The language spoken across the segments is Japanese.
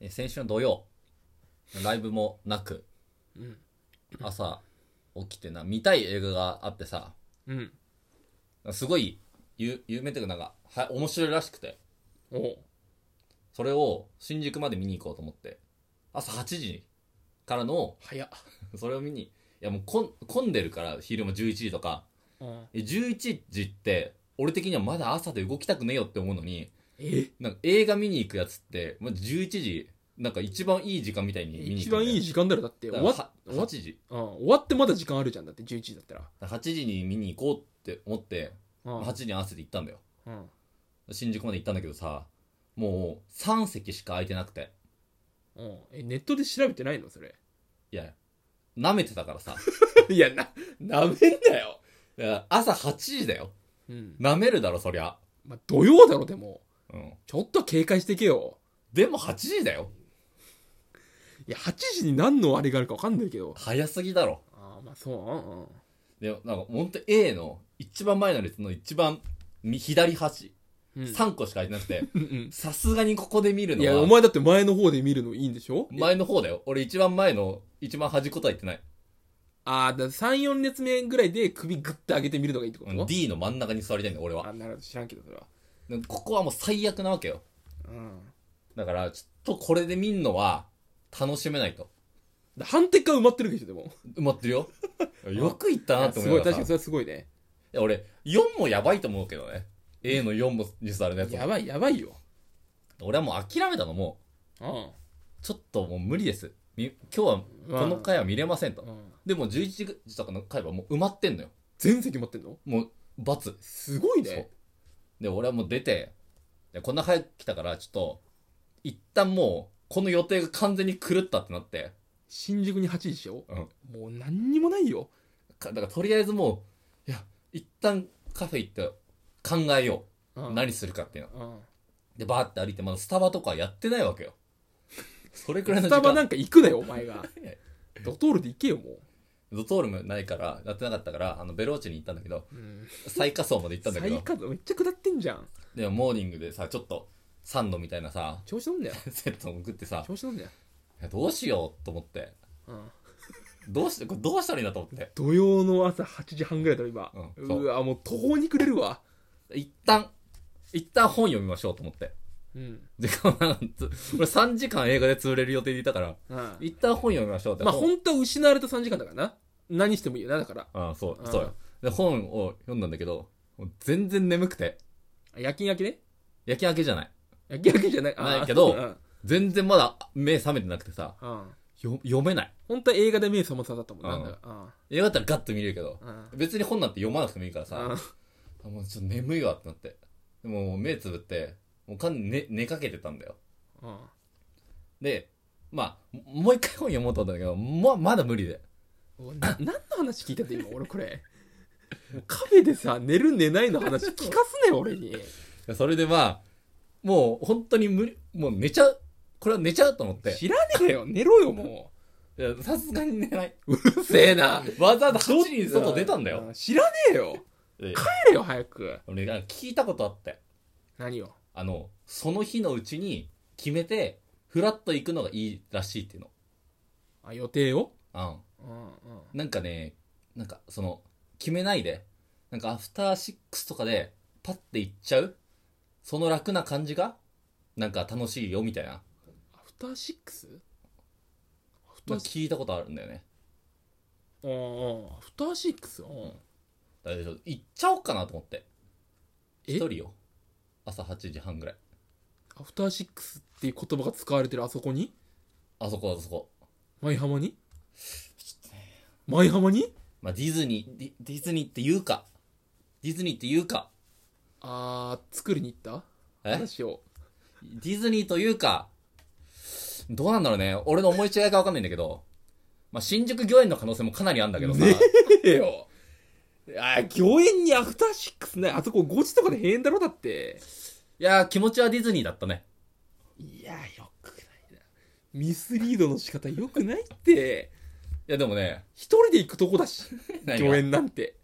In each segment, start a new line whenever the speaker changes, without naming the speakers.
えー先週の土曜ライブもなく
うん
朝起きてな見たい映画があってさ
うん
すごい有有名というかなんかは面白いらしくて
お
それを新宿まで見に行こうと思って朝8時からの
早っ
それを見にいやもうこん混んでるから昼も11時とか
うん
え11時って俺的にはまだ朝で動きたくねえよって思うのに
え
なんか映画見に行くやつって、まあ、11時なんか一番いい時間みたいに見に行く
一番いい
時
時間だろだって
間
終わっ終わ
8
っ
時
うん終わってまだ時間あるじゃんだって11時だったら
8時に見に行こうって思って
うん
8時に合わせて行ったんだよ
うん
新宿まで行ったんだけどさもう3席しか空いてなくて
うんえネットで調べてないのそれ
いや舐めてたから さ
いやななめんなよ
いや朝8時だよ
うん
舐めるだろそりゃ
まあ土曜だろでも
うん
ちょっと警戒してけよ
でも8時だよ
いや8時に何のあれがあるか分かんないけど
早すぎだろ
ああまあそううんうん
でもなんかほんと A の一番前の列の一番み左端
うん
3個しか空いてなくて
うん
さすがにここで見る
うんい
の
やお
は
前だって前の方で見るのいいんでしょ
前の方だよ俺一番前の一番端っことは言ってない
ああだ34列目ぐらいで首グッと上げてみるのがいいってこ
う
と、
ん D の真ん中に座りたいんだよ俺は
あなるほど知らんけどそれは
でもここはもう最悪なわけよ
うん
だからちょっとこれで見んのは楽しめないと
だ反対側埋まってるわけでしょでも
埋まって るよよく行ったなって
す
思
ごい
いながらさ
確かにそれはすごいね
いや俺4もやばいと思うけどね A の4もに座るやつ
やばいやばいよ
俺はもう諦めたのも
うん
うちょっともう無理ですみ今日はこの回は見れませんとでも11時とかの回はもう埋まってんのよ
全席持ってんの
もう罰
すごい
そう
ね
で俺はもう出ていやこんな早く来たからちょっと一旦もうこの予定が完全に狂ったってなって
新宿に8時でしょ
うん
もう何にもないよ
かだからとりあえずもういや一旦カフェ行って考えよ
う
う、
ん
何するかっていうの
うん
でバーって歩いてまだスタバとかやってないわけ よそれくらいの
ス
時間
タバなんか行くなよお 前が
いや
ドトールで行けよも
ドトールもないからやってなかったからあのベローチェに行ったんだけど
う、うん、
最下層まで行ったんだけ
最
ど
下度めっちゃ下ってんじゃん
でもモーニングでさちょっとサンドみたいなさ
調子乗んだよ
セットを食ってさ
調子乗んだよ、
いやどうしようと思って
うん、
どうしてこれどうしたらいいなと思って
土曜の朝8時半ぐらいだろ今、
う
うん
そう
わもう途方に暮れるわ
一旦一旦本読みましょうと思って
うん、
でこうなんかつ 俺3時間映画で潰れる予定でいたから
うん、ま
一旦本読みましょうって
あ本当は失われた3時間だからな何してもいいよなだから
あそう
うん
そうよで本を読んだんだけどもう全然眠くて
夜勤明けね
夜勤明けじゃない
夜勤明けじゃないあー
ないけど
うん
全然まだ目覚めてなくてさ
うん
よ読めない
本当は映画で目覚まさだったもんな
うん
だから
映画だったらガッと見れるけど
うんうん
別に本なんて読まなくてもいいから
う
さ
ん
あもうちょっと眠いわってなってでももう目つぶってもう完全に寝寝かけてたんだよ
うん
でまあももう一回本読もうと思ったんだけどままだ無理で
おな何の話聞いたって今俺これもうカフェでさ寝る寝ないの話聞かすね俺に
でそれでまあ、もう本当に無理、もう寝ちゃう。これは寝ちゃうと思って。
知らねえよ寝ろよも
いやさすがに寝ない。
ううるせえな
わざわざ8時に外出たんだよ。
う知らねえよ
で
帰れよ早く
俺が聞いたことあって。
何よ
あの、その日のうちに決めて、フラッと行くのがいいらしいっていう
あ予定を
の。
うんうん
うん。なんかね、なんかその、決めないで、なんかアフターシックスとかで、パッて行っちゃうその楽な感じが、なんか楽しいよみたいな。
アフターシックスアフタ
まあ
ーシックス
聞いたことあるんだよね。
うんうんアフターシックスうん
だからちょっと行っちゃおうかなと思って。
え
一人よ朝8時半ぐらい
アフターシックスっていう言葉が使われてるあそこに
あそこあそこ
舞浜に舞浜に
まあディズニーディディズニーって言うかディズニーって言うか
あー作りに行った
え
話 を
ディズニーというかどうなんだろうね俺の思い違いが分かんないんだけどまあ新宿御苑の可能性もかなりあるんだけどさ、
ねえよあー御苑にアフターシックスないあそこ5時とかで閉園だろだって
いやー気持ちはディズニーだったね
いやよくないなミスリードの仕方よくないって
いやでもね
一人で行くとこだし
何が
御苑なんて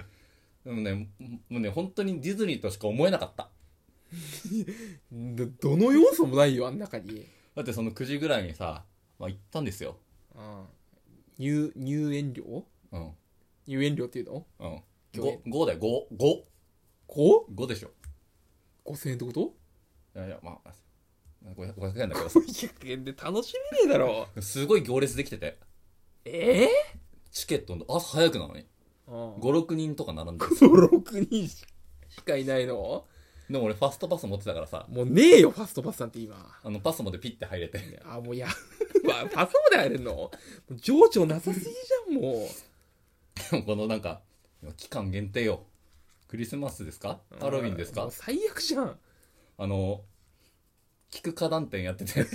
でもねもうね本当にディズニーとしか思えなかった
どどの要素もないよあん中に
だってその9時ぐらいにさ、まあ行ったんですよ。
うん入入園料
うん。
入園料っていうの
うん。
去年
5, 5だよ、5。5。
こ
5でしょ。
う ?5000 円ってこと
いやいや、まあ、500, 500円だけどさ
?500 円で楽しみねえだろ。
すごい行列できてて。
ええ
チケットの朝早くなのに。5、6人とか並んでる。
5、6人しかいないの
でも俺ファストパス持ってたからさ、
もうねえよ、ファストパスなんて今。
あのパス持ってピッて入れて。
あ、もうや、まあ、パスまで入れんのもう情緒なさすぎじゃん、も
でもこのなんか、期間限定よ。クリスマスですか
う。
ハロウィンです
も
か
う最悪じゃん。
あの、菊花壇店やってて。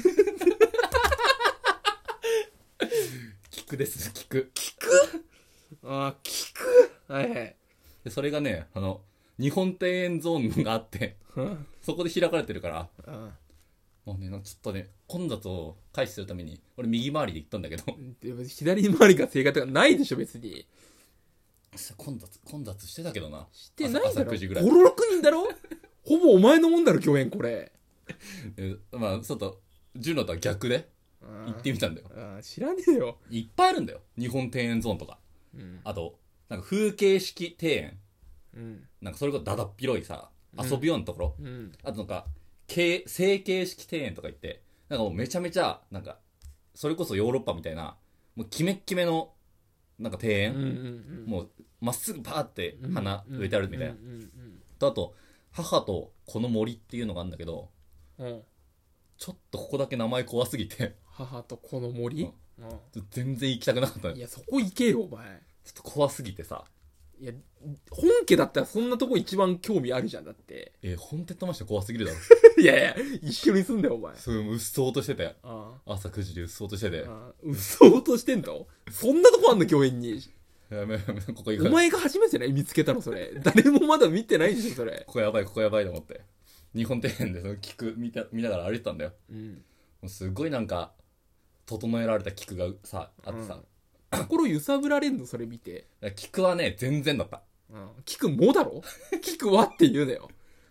菊です、菊。
あー、聞く。はいはい。
で、それがね、あの、日本庭園ゾーンがあって、
うん
そこで開かれてるから、
うん
もうね、ちょっとね、混雑を回避するために、俺右回りで行ったんだけど、
でも左回りが正解とかないでしょ、別に。
混雑、混雑してたけどな。
してないだ
朝
ろ。
朝9時
5、
ぐ
6
らい
人だろほぼお前のもんだろ、共演これ。
でまあ、ちょっと、ジュノとは逆で行
行
ってみたんだよ。
あー知らねえよ。
いっぱいあるんだよ。日本庭園ゾーンとか。
うん。
あと、なんか風景式庭園。
うん。
なんかそれこそだだっ広いさ、
うん
遊びようなところ。
うん。
あとなんか、形成形式庭園とか言って、なんかもうめちゃめちゃ、なんか、それこそヨーロッパみたいな、もうキメッキメの、なんか庭
う
園、
ん。
もうまっすぐパーって花植えてあるみたいな。
うんうん
と、あと、母とこの森っていうのがあるんだけど、
うんうん。
ちょっとここだけ名前怖すぎて、
母と子の森
全然行きたくなかったの
い
よ
や、そこ行けよ、お前。
ちょっと怖すぎてさ、
いや、本家だったらそんなとこ一番興味あるじゃん、だって。
えー、ホーンテッドマンション怖すぎるだろ。
いやいや、一緒に住んだよ、お前。
それもうっそうとしてて、
あ
朝9時でうっそうとしてて、
あ。嘘落としてんのそんなとこあんの、共演に。
やめやめ、ここ行
お
かない。
前が初めてじゃない見つけたの、それ。誰もまだ見てないでしょ、それ。
ここやばい、ここやばいと思って。日本庭園でその聞く、見た、見ながら歩いてたんだよ。
うん。
もうすごいなんか整えられた菊がさあってさ、
心揺さぶられんの、それ見て。
菊はね全然だった
うん。聞くもだろ聞くわって言うなよ。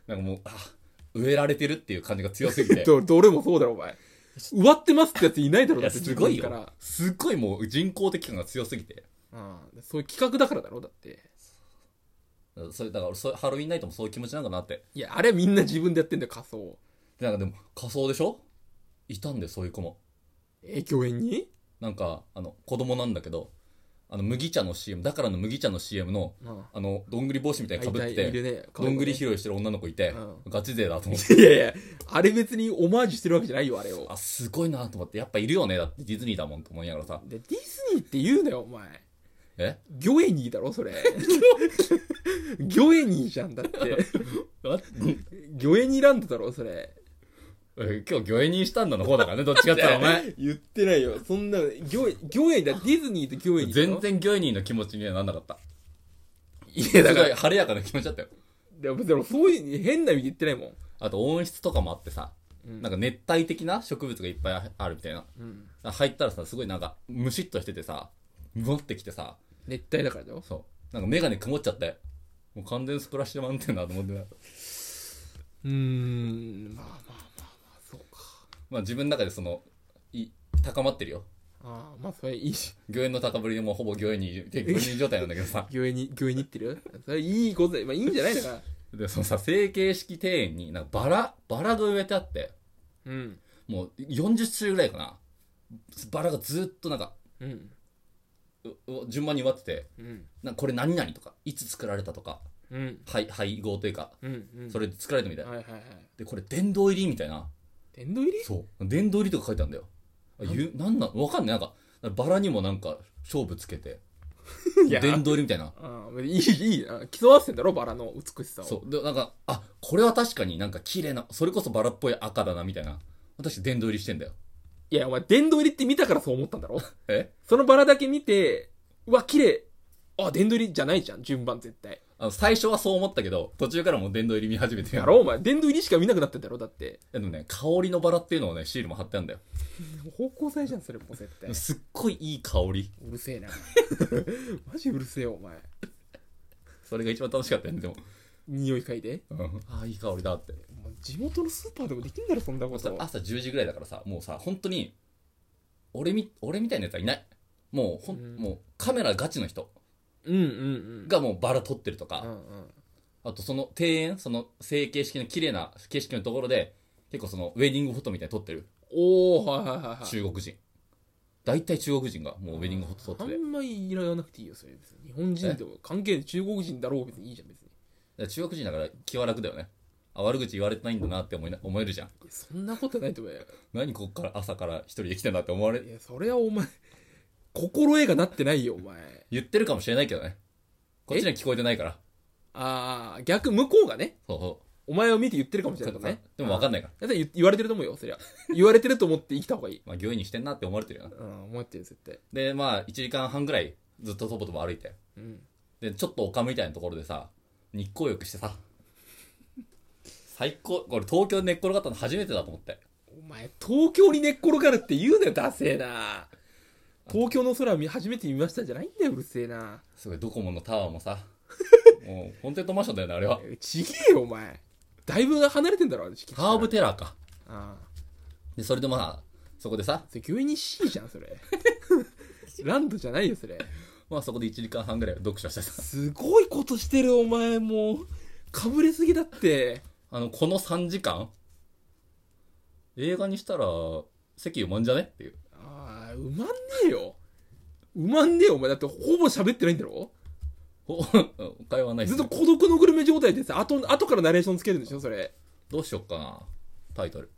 なんかもうあ植えられてるっていう感じが強すぎて
ど、どれもそうだろ、お前。植わってますってやついないだろ、
い
だ
や
って
すごい
自分
よすっごいもう人工的感が強すぎて
ら。うん。そういう企画だからだろ、だって。
それだから俺そうハロウィンナイトもそういう気持ちなんかなって
いや、あれはみんな自分でやってんだよ、仮装。
でなんかでも仮装でしょいたんでそういう子も
えー、共演に
なんかあの子供なんだけどあの麦茶の CM だからの麦茶の CM の
うん。
あのどんぐり帽子みたいにかぶって
あいたいる
て
ね。
どんぐり
い。
拾いしてる女の子いて、
う
ガチ勢だと思って
いやいや、あれ別にオマージュしてるわけじゃないよ、あれを。
あすごいなと思ってやっぱいるよねだってディズニーだもんと思いながらさ
で、ディズニーって言うなよ、お前。
え
ギョエニーだろ、 それ。ギョエニーじゃん、だって。ギョエニーランドだろ、それ。
え今日魚影にしたんだの方だ からね、どっちかって言ったらお前。
言ってないよ。そんな、ギョエ、ギョエニーだ、ディズニーとギョエニーだ
全。
ろ
然魚影にの気持ちにはなんなかった。
いや、だから
すごい、晴れやかな気持ちだったよ。
でも別にそういう変な意味で言ってないもん。
あと温室とかもあってさ、
うん
なんか熱帯的な植物がいっぱいあるみたいな。
うん。
入ったらさ、すごいなんか、ムシッとしててさ、持ってきてさ、
熱帯だからだよ。
そう。なんかメガネ曇っちゃって、もう完全にスプラッシュマウンテンだと思ってた。
うーん、まあまあまあまあ、そうか。
まあ自分の中でその、い、高まってるよ。
ああ、まあそれいいし。
魚影の高ぶりでもうほぼ魚影に、魚影に状態なんだけどさ。
ギョエニー、ギョエニーってるそれいいことだよ。まあいいんじゃないのか。
で、そのさ、成形式庭園に、なんかバラ、バラが植えてあって、
うん。
もう40種類ぐらいかな。バラがずっとなんか、
うん。
うう順番に植わってて、
うん。
なんかこれ何々とか、いつ作られたとか、
うん。
配配合というか、
うん。うん。
それで作られたみたい。
はいはいはい。
で、これ殿堂入りみたいな。
殿堂入り
そう。殿堂入りとか書いてあるんだよ。あゆなんなんわかんない。なんか、バラにもなんか勝負つけて、
いや
殿堂入りみたいな。
ああ、いい、いいな。競わせてんだろ、バラの美しさを。
そう。で、なんか、あ、これは確かになんか綺麗な、それこそバラっぽい赤だなみたいな。私殿堂入りしてんだよ。
いや、お前、殿堂入りって見たからそう思ったんだ ろ
え
そのバラだけ見て、うわ、綺麗。あ、殿堂入りじゃないじゃん、順番絶対。
あの最初はそう思ったけど、途中からもう殿堂入り見始めて。
だろお前、殿堂入りしか見なくなってんだろだって。
でもね、香りのバラっていうのをね、シールも貼ってあるんだよ。
方向性じゃん、それもう絶対。
すっごいいい香り。
うるせえな。 マジうるせえよ、お前。
それが一番楽しかったよね、でも。
匂い嗅いで。
ああ、いい香りだって。
もう地元のスーパーでもできんだろそんなこ
そしたら
と
朝10時ぐらいだからさもうさ本当に俺み俺みたいなやつはいないもうほん、
うん
もうカメラガチの人
うんうんうん
がもうバラ撮ってると
う
か、
んうん
あとその庭園その成形式の綺麗な景色のところで結構そのウェディングフォトみたいに撮ってる
おおはいはいはいはい
中国人大体中国人がもうウェディングフォト撮
あ
ってて
んまりいらなくていいよそれ別に日本人でも関係ない中国人だろう別にいいじゃん別に
で中国人だから気は楽だよねあ悪口言われてないんだなって思いな思えるじゃん
いやそんなことないと思うよ
何こっから朝から一人で来てんだって思われ
いやそれはお前心得がなってないよお前
言ってるかもしれないけどねこっちには聞こえてないから
ああ逆向こうがね
そうそ
お前を見て言ってるかも
う
しれないからね
でも分かん
ない
ないから
だって言言われてると思うよそりゃ言われてると思って生きた方がいい
まあ、行為にしてんなって思われてるよな。
うん思ってる絶対
で、まあ、1時間半ぐらいずっととぼとぼ歩いて。
うん
で、ちょっと丘みたいなところでさ、日光浴してさ。最高。これ東京で寝っ転がったの初めてだと思って。
お前東京に寝っ転がるって言うなよダセえな東京の空見初めて見ましたじゃないんだようるせえな
すごい、ドコモのタワーもさ。もう、コンテントマンションだよね、あれは。
ちげえよお前だいぶ離れてんだろあの敷地から
ハーブテラーか。
ああ
で、それでまあ、そこでさ、
それ牛に C じゃんそ れランドじゃないよそれ
まあそこで1時間半ぐらい読書してさ。
すごいことしてるお前もうかぶれすぎだって
あの、この3時間映画にしたら、席埋まんじゃねっていう。
ああうまんねえようまんねえよお前だってほぼ喋ってないんだろ
お会話ない
ずっ
す
と孤独のグルメ状態でさ後後からナレーションつけるんでしょそれ
どうしよっかな。タイトル。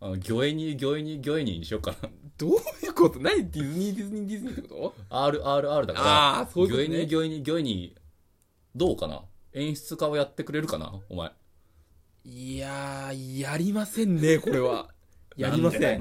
あの、魚影に、魚影に、魚影ににしよっかな。
どういうこと何ディズニーディズニーディズニーってこと
RRR だから。
ああそういうこと
魚影に、
ね
魚影に、魚影に、どうかな演出家をやってくれるかなお前。
いやーやりませんねこれはやりません